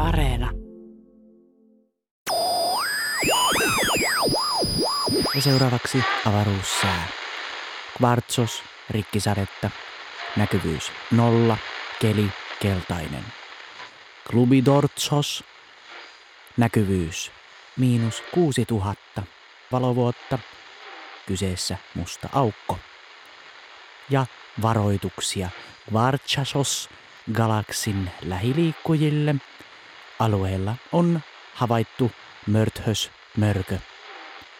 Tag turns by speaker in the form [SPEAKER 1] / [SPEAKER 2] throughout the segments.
[SPEAKER 1] Areena.
[SPEAKER 2] Ja seuraavaksi avaruussää. Kvartsos, rikkisadetta. Näkyvyys nolla, keli keltainen. Klubidortsos, näkyvyys miinus 6000 valovuotta. Kyseessä musta aukko. Ja varoituksia Kvartsasos galaksin lähiliikkujille. Alueella on havaittu mörthös mörkö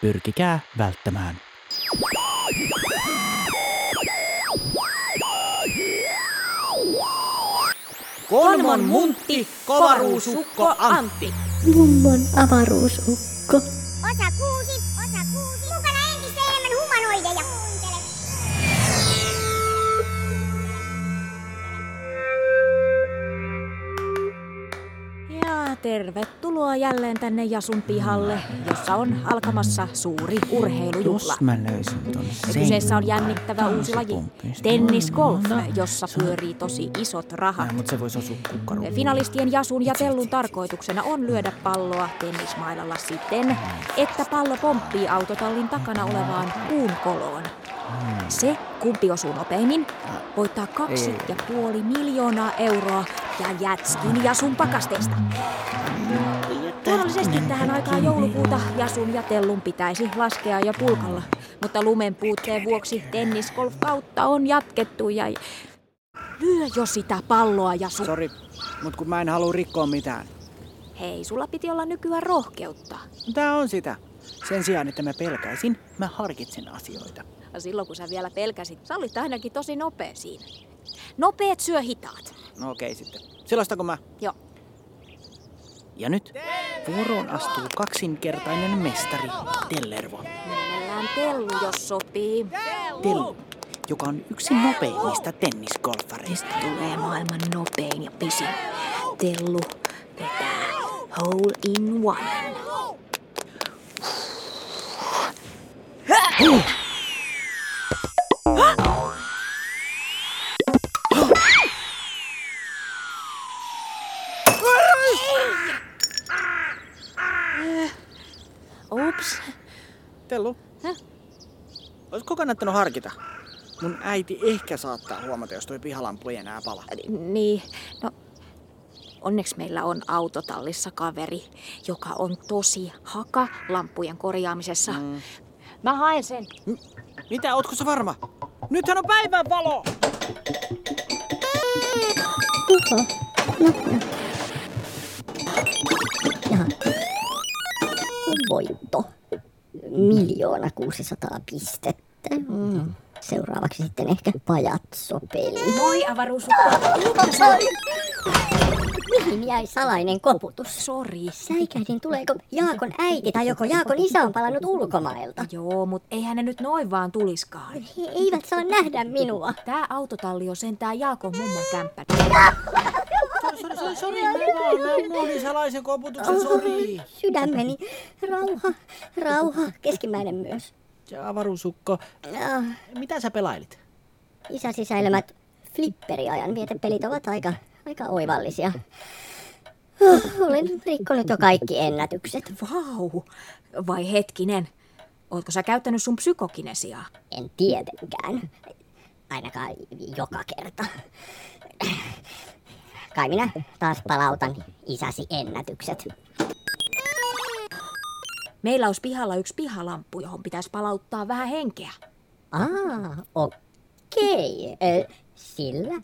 [SPEAKER 2] pyrkikää välttämään.
[SPEAKER 3] Kolmon muntti, kovaruusukko Antti.
[SPEAKER 4] Mummon avaruusukko.
[SPEAKER 5] Osa kuusi, osa kuusi. Mukana entistä enemmän humanoideja. Kuuntele.
[SPEAKER 3] Ja tervetuloa jälleen tänne Jasun pihalle, jossa on alkamassa suuri urheilujuhla.
[SPEAKER 2] Jos mä löysin ton
[SPEAKER 3] Ja
[SPEAKER 2] sen.
[SPEAKER 3] kyseessä on jännittävä uusi laji,
[SPEAKER 2] Tanssipumpista.
[SPEAKER 3] tennisgolf,
[SPEAKER 2] No,
[SPEAKER 3] jossa pyörii tosi isot rahat.
[SPEAKER 2] Ai, mut se voisi osua kukkaruun.
[SPEAKER 3] Finalistien Jasun ja Tellun tarkoituksena on lyödä palloa tennismailalla siten, että pallo pomppii autotallin takana olevaan puun koloon. Se, kumpi osuu nopeimmin, voittaa kaksi ja puoli miljoonaa euroa ja jätskin Jasun pakasteista. Luonnollisesti tähän aikaan joulukuuta Jasun ja Tellun pitäisi laskea jo pulkalla, mutta lumen puutteen vuoksi tenniskolf kautta on jatkettu ja... Lyö jo sitä palloa, Jasu.
[SPEAKER 6] Sori, mut kun mä en halua rikkoa mitään.
[SPEAKER 3] Hei, sulla piti olla nykyään rohkeutta.
[SPEAKER 6] Tää on sitä. Sen sijaan, että mä pelkäisin, mä harkitsen asioita.
[SPEAKER 3] Ja Silloin kun sä vielä pelkäsit, sä olit ainakin tosi nopea siinä. Nopeet syö hitaat.
[SPEAKER 6] No okei sitten. Selostako mä?
[SPEAKER 3] Joo.
[SPEAKER 6] Ja nyt vuoroon astuu kaksinkertainen mestari Tellervo.
[SPEAKER 3] Nimellään tellu, jos sopii.
[SPEAKER 6] Tellu, joka on yksi nopeimmista tennisgolfareista.
[SPEAKER 3] Tulee maailman nopein ja pisin. Tellu vetää hole in one. Ups.
[SPEAKER 6] Tellu,
[SPEAKER 3] Häh?
[SPEAKER 6] olisiko kannattanut harkita? Mun äiti ehkä saattaa huomata, jos toi pihalampu ei enää pala.
[SPEAKER 3] Niin, no onneksi meillä on autotallissa kaveri, joka on tosi haka lampujen korjaamisessa. Mm. Mä haen sen.
[SPEAKER 6] Mitä, ootko se varma? Nythän on päivänvalo!
[SPEAKER 4] Voitto. Miljoona 600 pistettä. Mm. Seuraavaksi sitten ehkä pajatsopeli.
[SPEAKER 3] Moi avaruusukko.
[SPEAKER 4] Mihin jäi salainen koputus?
[SPEAKER 3] Sori.
[SPEAKER 4] Säikähdin, tuleeko Jaakon äiti tai joko Jaakon isä on palannut ulkomailta.
[SPEAKER 3] Joo, mut eihän ne nyt noin vaan tuliskaan.
[SPEAKER 4] He eivät saa nähdä minua.
[SPEAKER 3] Tää autotalli on sentään Jaakon mummon kämppä.
[SPEAKER 6] Sori, sori, sori, mä vaan, mä unohdin salaisen koputuksen, sori.
[SPEAKER 4] Sydämeni. Rauha, rauha. Keskimmäinen myös.
[SPEAKER 6] Ja avaruusukko,
[SPEAKER 4] Ah,
[SPEAKER 6] mitä sä pelailit?
[SPEAKER 4] isä sisäilemät flipperiajan vietepelit ovat aika, aika oivallisia. Huh, Olen rikkonut jo kaikki ennätykset.
[SPEAKER 3] Vau. Vai hetkinen. Ootko sä käyttänyt sun psykokinesiaa?
[SPEAKER 4] En tietenkään. Ainakaan joka kerta. Kai minä taas palautan isäsi ennätykset.
[SPEAKER 3] Meillä olisi pihalla yksi pihalamppu, johon pitäisi palauttaa vähän henkeä.
[SPEAKER 4] Aa, okei. Ö, Sillä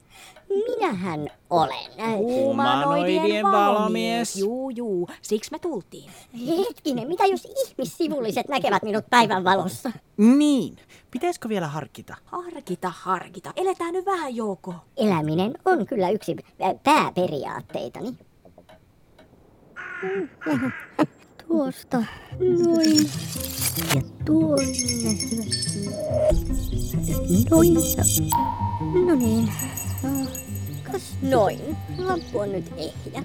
[SPEAKER 4] minähän olen. Ö,
[SPEAKER 6] Humanoidien valomies.
[SPEAKER 3] Juu, juu. Siksi me tultiin.
[SPEAKER 4] Hetkinen, mitä jos ihmissivulliset näkevät minut päivän valossa?
[SPEAKER 6] Niin, pitäisikö vielä harkita?
[SPEAKER 3] Harkita, harkita. Eletään nyt vähän joko.
[SPEAKER 4] Eläminen on kyllä yksi pä- pääperiaatteitani. Tuosta noin ja tuonne. Noin. No niin. Kas noin. Lamppu on nyt ehjä.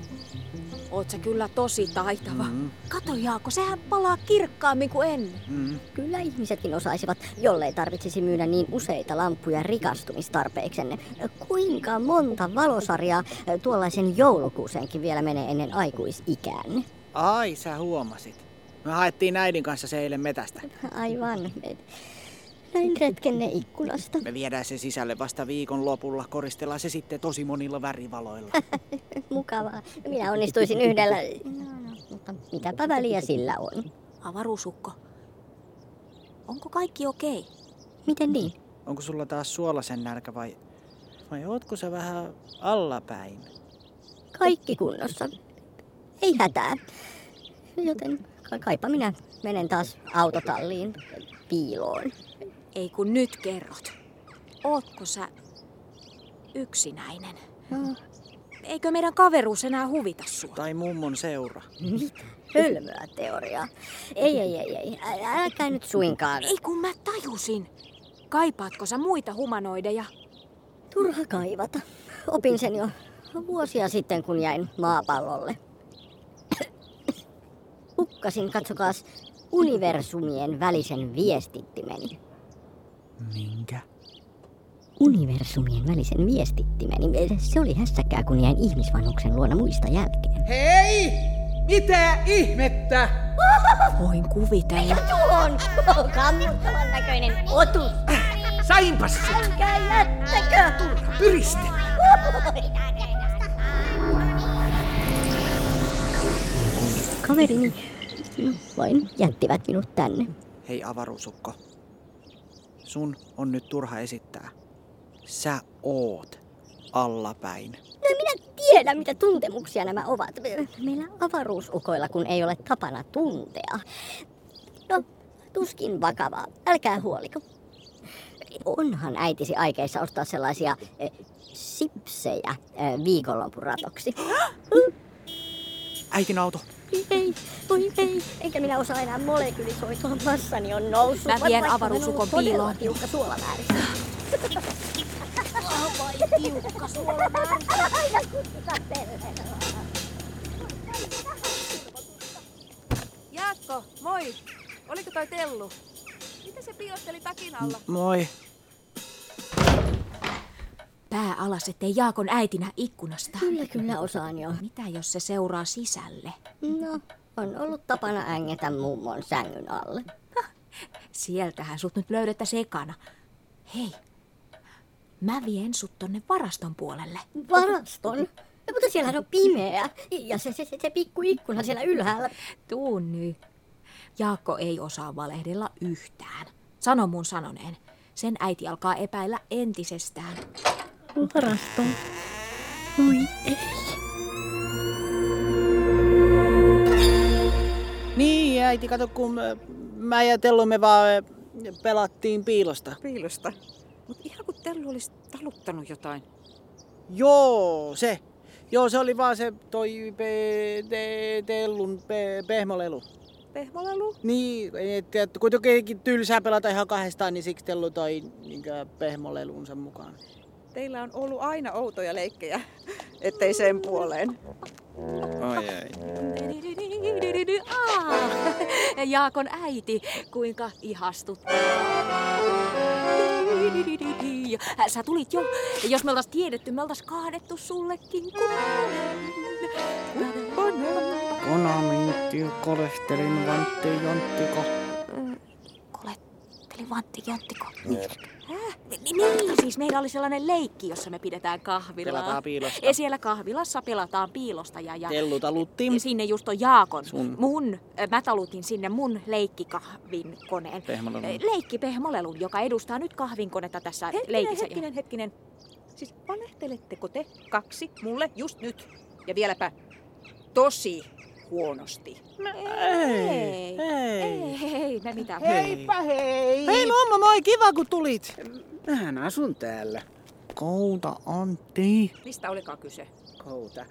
[SPEAKER 3] Oot sä kyllä tosi taitava.
[SPEAKER 4] Mm-hmm.
[SPEAKER 3] Kato Jaakko, sehän palaa kirkkaammin kuin ennen.
[SPEAKER 6] Mm.
[SPEAKER 4] Kyllä ihmisetkin osaisivat, jollei tarvitsisi myydä niin useita lamppuja rikastumistarpeiksenne. Kuinka monta valosarjaa ö, tuollaisen joulukuuseenkin vielä menee ennen aikuisikäänne?
[SPEAKER 6] Ai, sä huomasit. Me haettiin äidin kanssa se eilen metästä.
[SPEAKER 4] Aivan. Näin retkenne ikkunasta.
[SPEAKER 6] Me viedään se sisälle vasta viikon lopulla, koristellaan se sitten tosi monilla värivaloilla.
[SPEAKER 4] Mukavaa. Minä onnistuisin yhdellä. No, no, mutta mitäpä väliä sillä on?
[SPEAKER 3] Avaruusukko. Onko kaikki okei?
[SPEAKER 4] Miten niin?
[SPEAKER 6] Onko sulla taas suolasen nälkä vai, vai ootko sä vähän allapäin?
[SPEAKER 4] Kaikki kunnossa. Ei hätää. Joten ka- kaipa minä menen taas autotalliin piiloon.
[SPEAKER 3] Ei kun nyt kerrot. Ootko sä yksinäinen?
[SPEAKER 4] No,
[SPEAKER 3] Eikö meidän kaveruus enää huvita sua?
[SPEAKER 6] Tai mummon seura?
[SPEAKER 4] hölmöä teoriaa. Ei, ei, ei, ei. Ä- Älkää nyt suinkaan.
[SPEAKER 3] Ei kun mä tajusin. Kaipaatko sä muita humanoideja?
[SPEAKER 4] Turha kaivata. Opin sen jo vuosia sitten, kun jäin maapallolle. Hukkasin, katsokaas, universumien välisen viestittimeni.
[SPEAKER 2] Minkä?
[SPEAKER 4] Universumien välisen viestittimeni. Se oli hässäkkää, kun jäin ihmisvanhuksen luona muista jälkeen.
[SPEAKER 1] Hei! Mitä ihmettä?
[SPEAKER 3] Voin kuvitella.
[SPEAKER 4] Tuon kammuttavan näköinen otus.
[SPEAKER 1] Sainpas se!
[SPEAKER 4] Älkää jättäkö!
[SPEAKER 1] Pyriste!
[SPEAKER 4] Kaverini vain jättivät minut tänne.
[SPEAKER 6] Hei avaruusukko. Sun on nyt turha esittää. Sä oot allapäin.
[SPEAKER 4] En minä tiedä, mitä tuntemuksia nämä ovat. Meillä avaruusukoilla, kun ei ole tapana tuntea. No, tuskin vakavaa. Älkää huoliko. Onhan äitisi aikeissa ostaa sellaisia eh, sipsejä eh, viikonlopuratoksi.
[SPEAKER 6] Äitin auto.
[SPEAKER 4] Ei, voi ei. Enkä minä osaa enää molekyylisoitua. Massani on noussut.
[SPEAKER 3] Mä vien
[SPEAKER 4] Vaikka olen ollut
[SPEAKER 3] avaruusukon
[SPEAKER 4] todella
[SPEAKER 3] piiloon.
[SPEAKER 4] tiukka suolamäärissä.
[SPEAKER 3] Tiukka suola. Jaakko, moi. Oliko toi Tellu? Mitä se piilotteli takin alla?
[SPEAKER 6] Moi.
[SPEAKER 3] Pää alas, ettei Jaakon äitinä ikkunasta.
[SPEAKER 4] Kyllä, kyllä osaan jo.
[SPEAKER 3] No, Mitä jos se seuraa sisälle?
[SPEAKER 4] No, on ollut tapana ängetä mummon sängyn alle.
[SPEAKER 3] Sieltähän sut nyt löydettäis ekana. Hei, mä vien sut tonne varaston puolelle.
[SPEAKER 4] Varaston? No, mutta siellä on pimeä. Ja se, se, se, se pikku ikkuna siellä ylhäällä.
[SPEAKER 3] Tuu nyt. Jaakko ei osaa valehdella yhtään. Sano mun sanoneen. Sen äiti alkaa epäillä entisestään.
[SPEAKER 4] Varasto. Oi ei.
[SPEAKER 6] Niin, äiti, kato kun ö, mä ja Tellu me vaan ö, pelattiin piilosta.
[SPEAKER 7] piilosta. Mutta ihan kun Tellu olisi taluttanut jotain.
[SPEAKER 6] Joo, se. Joo, se oli vaan se toi pe, te, Tellun pe, pehmolelu.
[SPEAKER 7] Pehmolelu?
[SPEAKER 6] Niin, et, et, kun jotenkin tylsää pelata ihan kahdestaan, niin siksi Tellu toi niinkö, pehmolelunsa mukaan.
[SPEAKER 7] Teillä on ollut aina outoja leikkejä, ettei sen puoleen.
[SPEAKER 6] Ai ai.
[SPEAKER 3] Aa, Ah, Jaakon äiti, kuinka ihastuttaa. Sä tulit jo. Jos me oltais tiedetty, me oltais kaadettu sullekin.
[SPEAKER 6] Konamintti, kolesterin, vantti, jonttiko.
[SPEAKER 3] Koletteli Vantti Jonttiko. Häh? Niin, siis meillä oli sellainen leikki, jossa me pidetään kahvilaa.
[SPEAKER 6] Pelataan piilosta.
[SPEAKER 3] Ja siellä kahvilassa pelataan piilosta ja, ja
[SPEAKER 6] Tellu talutti.
[SPEAKER 3] sinne just on Jaakon.
[SPEAKER 6] Sun.
[SPEAKER 3] Mun, ö, mä talutin sinne mun leikkikahvin koneen.
[SPEAKER 7] Mm.
[SPEAKER 6] Pehmolelun.
[SPEAKER 3] Leikkipehmolelun, joka edustaa nyt kahvinkonetta tässä
[SPEAKER 7] Hetkinen,
[SPEAKER 3] leikissä.
[SPEAKER 7] hetkinen, hetkinen. Siis valehteletteko te kaksi mulle just nyt? Ja vieläpä tosi huonosti.
[SPEAKER 1] No
[SPEAKER 3] Ei.
[SPEAKER 6] Ei.
[SPEAKER 3] Ei, ei, me mitään.
[SPEAKER 1] Heippa hei!
[SPEAKER 6] Hei mamma, moi, kiva kun tulit.
[SPEAKER 1] Mähän asun täällä.
[SPEAKER 6] Kouta Antti.
[SPEAKER 7] Mistä olikaan kyse?
[SPEAKER 1] Kouta.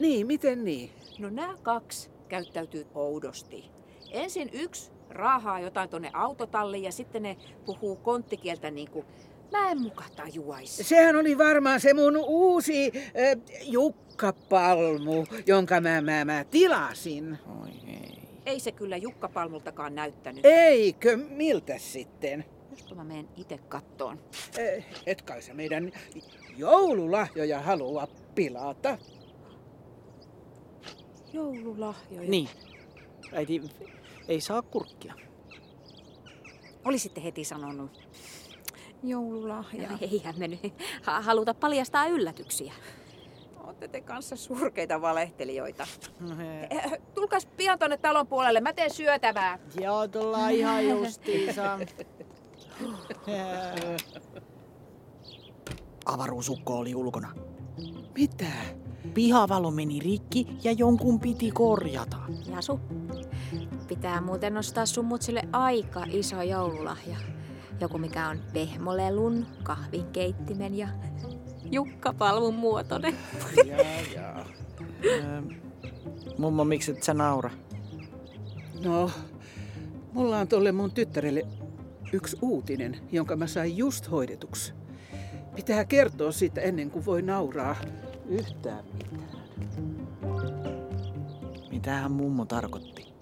[SPEAKER 1] Niin, miten niin?
[SPEAKER 7] No nämä kaksi käyttäytyy oudosti. Ensin yksi raahaa jotain tonne autotalliin ja sitten ne puhuu konttikieltä niinku Mä en muka tajuaisi.
[SPEAKER 1] Sehän oli varmaan se mun uusi äh, jukkapalmu, jonka mä, mä, mä tilasin.
[SPEAKER 7] Ei se kyllä Jukka Palmultakaan näyttänyt.
[SPEAKER 1] Eikö? Miltä sitten?
[SPEAKER 7] Jospa mä menen itse kattoon.
[SPEAKER 1] Eh, Et kai sä meidän joululahjoja halua pilata.
[SPEAKER 7] Joululahjoja.
[SPEAKER 6] Niin. Äiti, ei saa kurkkia.
[SPEAKER 7] Olisitte heti sanonut. Joululahja.
[SPEAKER 3] No, ei mennyt ha- haluta paljastaa yllätyksiä.
[SPEAKER 7] Ootte te kanssa surkeita valehtelijoita. Eh, Tulkaas pian tonne talon puolelle, mä teen syötävää.
[SPEAKER 6] Joo, tullaan ihan justiinsa. Avaruusukko oli ulkona.
[SPEAKER 1] Mitä?
[SPEAKER 6] Pihavalo meni rikki ja jonkun piti korjata.
[SPEAKER 3] Jasu, pitää muuten nostaa sun mutsille aika iso joululahja. Joku mikä on pehmolelun, kahvinkeittimen ja jukkapalvun muotoinen.
[SPEAKER 1] Jaa, jaa.
[SPEAKER 6] Mummo, miksi et sä naura?
[SPEAKER 1] No, mulla on tolle mun tyttärelle yksi uutinen, jonka mä sain just hoidetuksi. Pitää kertoa siitä ennen kuin voi nauraa yhtään mitään.
[SPEAKER 6] Mitähän mummo tarkoitti?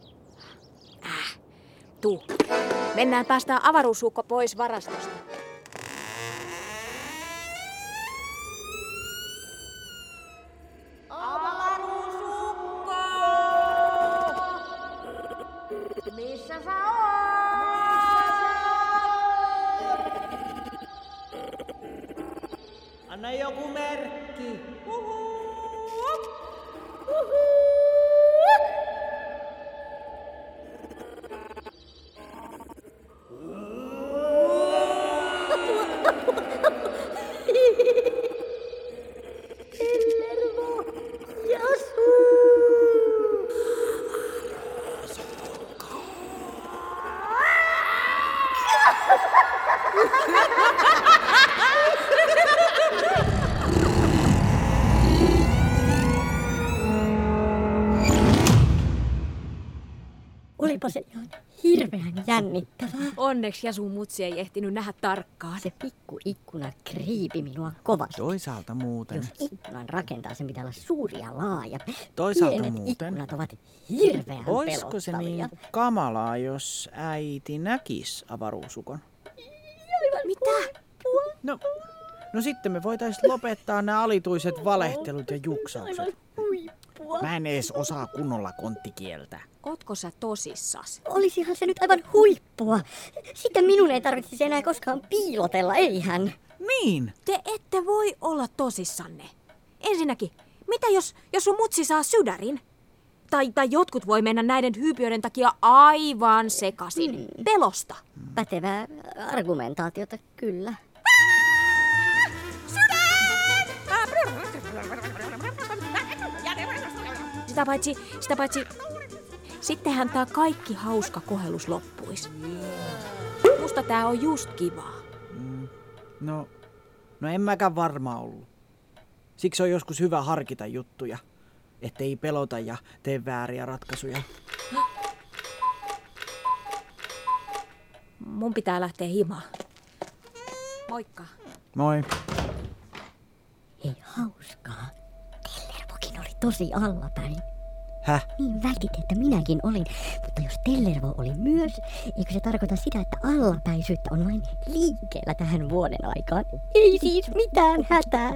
[SPEAKER 3] Tuu. Mennään päästään avaruusukko pois varastosta.
[SPEAKER 6] Anna joku merkki.
[SPEAKER 4] Olipa se ihan hirveän jännittävää.
[SPEAKER 3] Onneksi Jasun mutsi ei ehtinyt nähdä tarkkaan.
[SPEAKER 4] Se pikku ikkuna kriipi minua kovasti.
[SPEAKER 6] Toisaalta muuten.
[SPEAKER 4] Jos ikkunan rakentaa, sen pitää olla suuri ja laaja.
[SPEAKER 6] Toisaalta
[SPEAKER 4] Pienet
[SPEAKER 6] muuten.
[SPEAKER 4] ikkunat ovat hirveän
[SPEAKER 6] Oisko se
[SPEAKER 4] pelottavia.
[SPEAKER 6] niin kamalaa, jos äiti näkis avaruusukon?
[SPEAKER 3] Mitä?
[SPEAKER 6] No, no sitten me voitais lopettaa nämä alituiset valehtelut ja juksaukset. Mä en ees osaa kunnolla konttikieltä.
[SPEAKER 3] Ootko sä tosissas?
[SPEAKER 4] Olisihan se nyt aivan huippua. Sitten minun ei tarvitsisi enää koskaan piilotella, eihän.
[SPEAKER 6] Niin!
[SPEAKER 3] Te ette voi olla tosissanne. Ensinnäkin, mitä jos, jos sun mutsi saa sydärin? Tai, tai jotkut voi mennä näiden hyypiöiden takia aivan sekasin. Pelosta.
[SPEAKER 4] Pätevää argumentaatiota, kyllä.
[SPEAKER 3] Sitä paitsi, sitä paitsi, sittenhän tää kaikki hauska kohellus loppuis. Musta tää on just kivaa.
[SPEAKER 6] No, no en mäkään varma ollut. Siksi on joskus hyvä harkita juttuja, ettei pelota ja tee vääriä ratkaisuja.
[SPEAKER 3] Mun pitää lähteä himaan. Moikka.
[SPEAKER 6] Moi.
[SPEAKER 4] Ei hauskaa. Tellervokin oli tosi allapäin.
[SPEAKER 6] Häh?
[SPEAKER 4] Niin väitit, että minäkin olin. Mutta jos Tellervo oli myös, eikö se tarkoita sitä, että allapäisyyttä on vain liikkeellä tähän vuoden aikaan? Ei siis mitään hätää.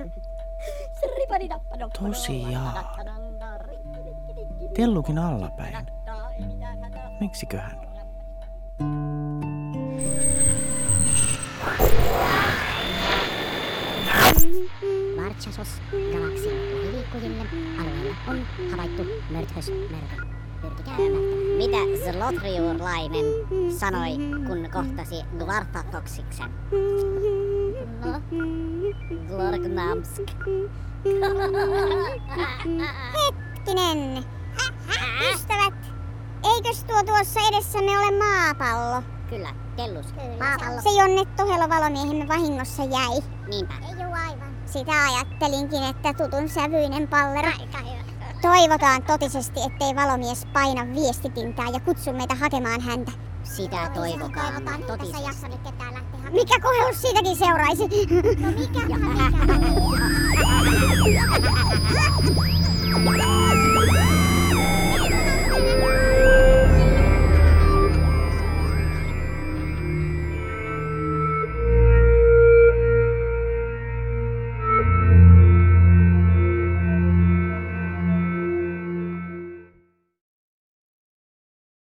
[SPEAKER 6] Tosiaan. Tellukin allapäin. Miksiköhän?
[SPEAKER 5] Vartsasos galaksin lähiliikkujille alueella on havaittu mörthös mörkö. Pyrkikää ymmärtämään. Mitä Zlotriurlainen sanoi, kun kohtasi Gvartatoksiksen? No, Glorgnamsk.
[SPEAKER 8] Hetkinen. Ystävät, eikös tuo tuossa edessämme ole maapallo?
[SPEAKER 5] Kyllä, kellus. Maapallo.
[SPEAKER 8] Se jonne Tuhelo valomiehemme vahingossa jäi.
[SPEAKER 5] Niinpä.
[SPEAKER 8] Ei oo aivan. Sitä ajattelinkin, että tutun sävyinen pallero. Toivotaan totisesti, ettei valomies paina viestitintää ja kutsu meitä hakemaan häntä.
[SPEAKER 4] Sitä toivokaa.
[SPEAKER 8] Toivotaan, että
[SPEAKER 4] Totisesti.
[SPEAKER 8] tässä jaksa nyt ketään lähteä hakemaan.
[SPEAKER 5] Mikä kohdus siitäkin seuraisi?
[SPEAKER 8] No mikä?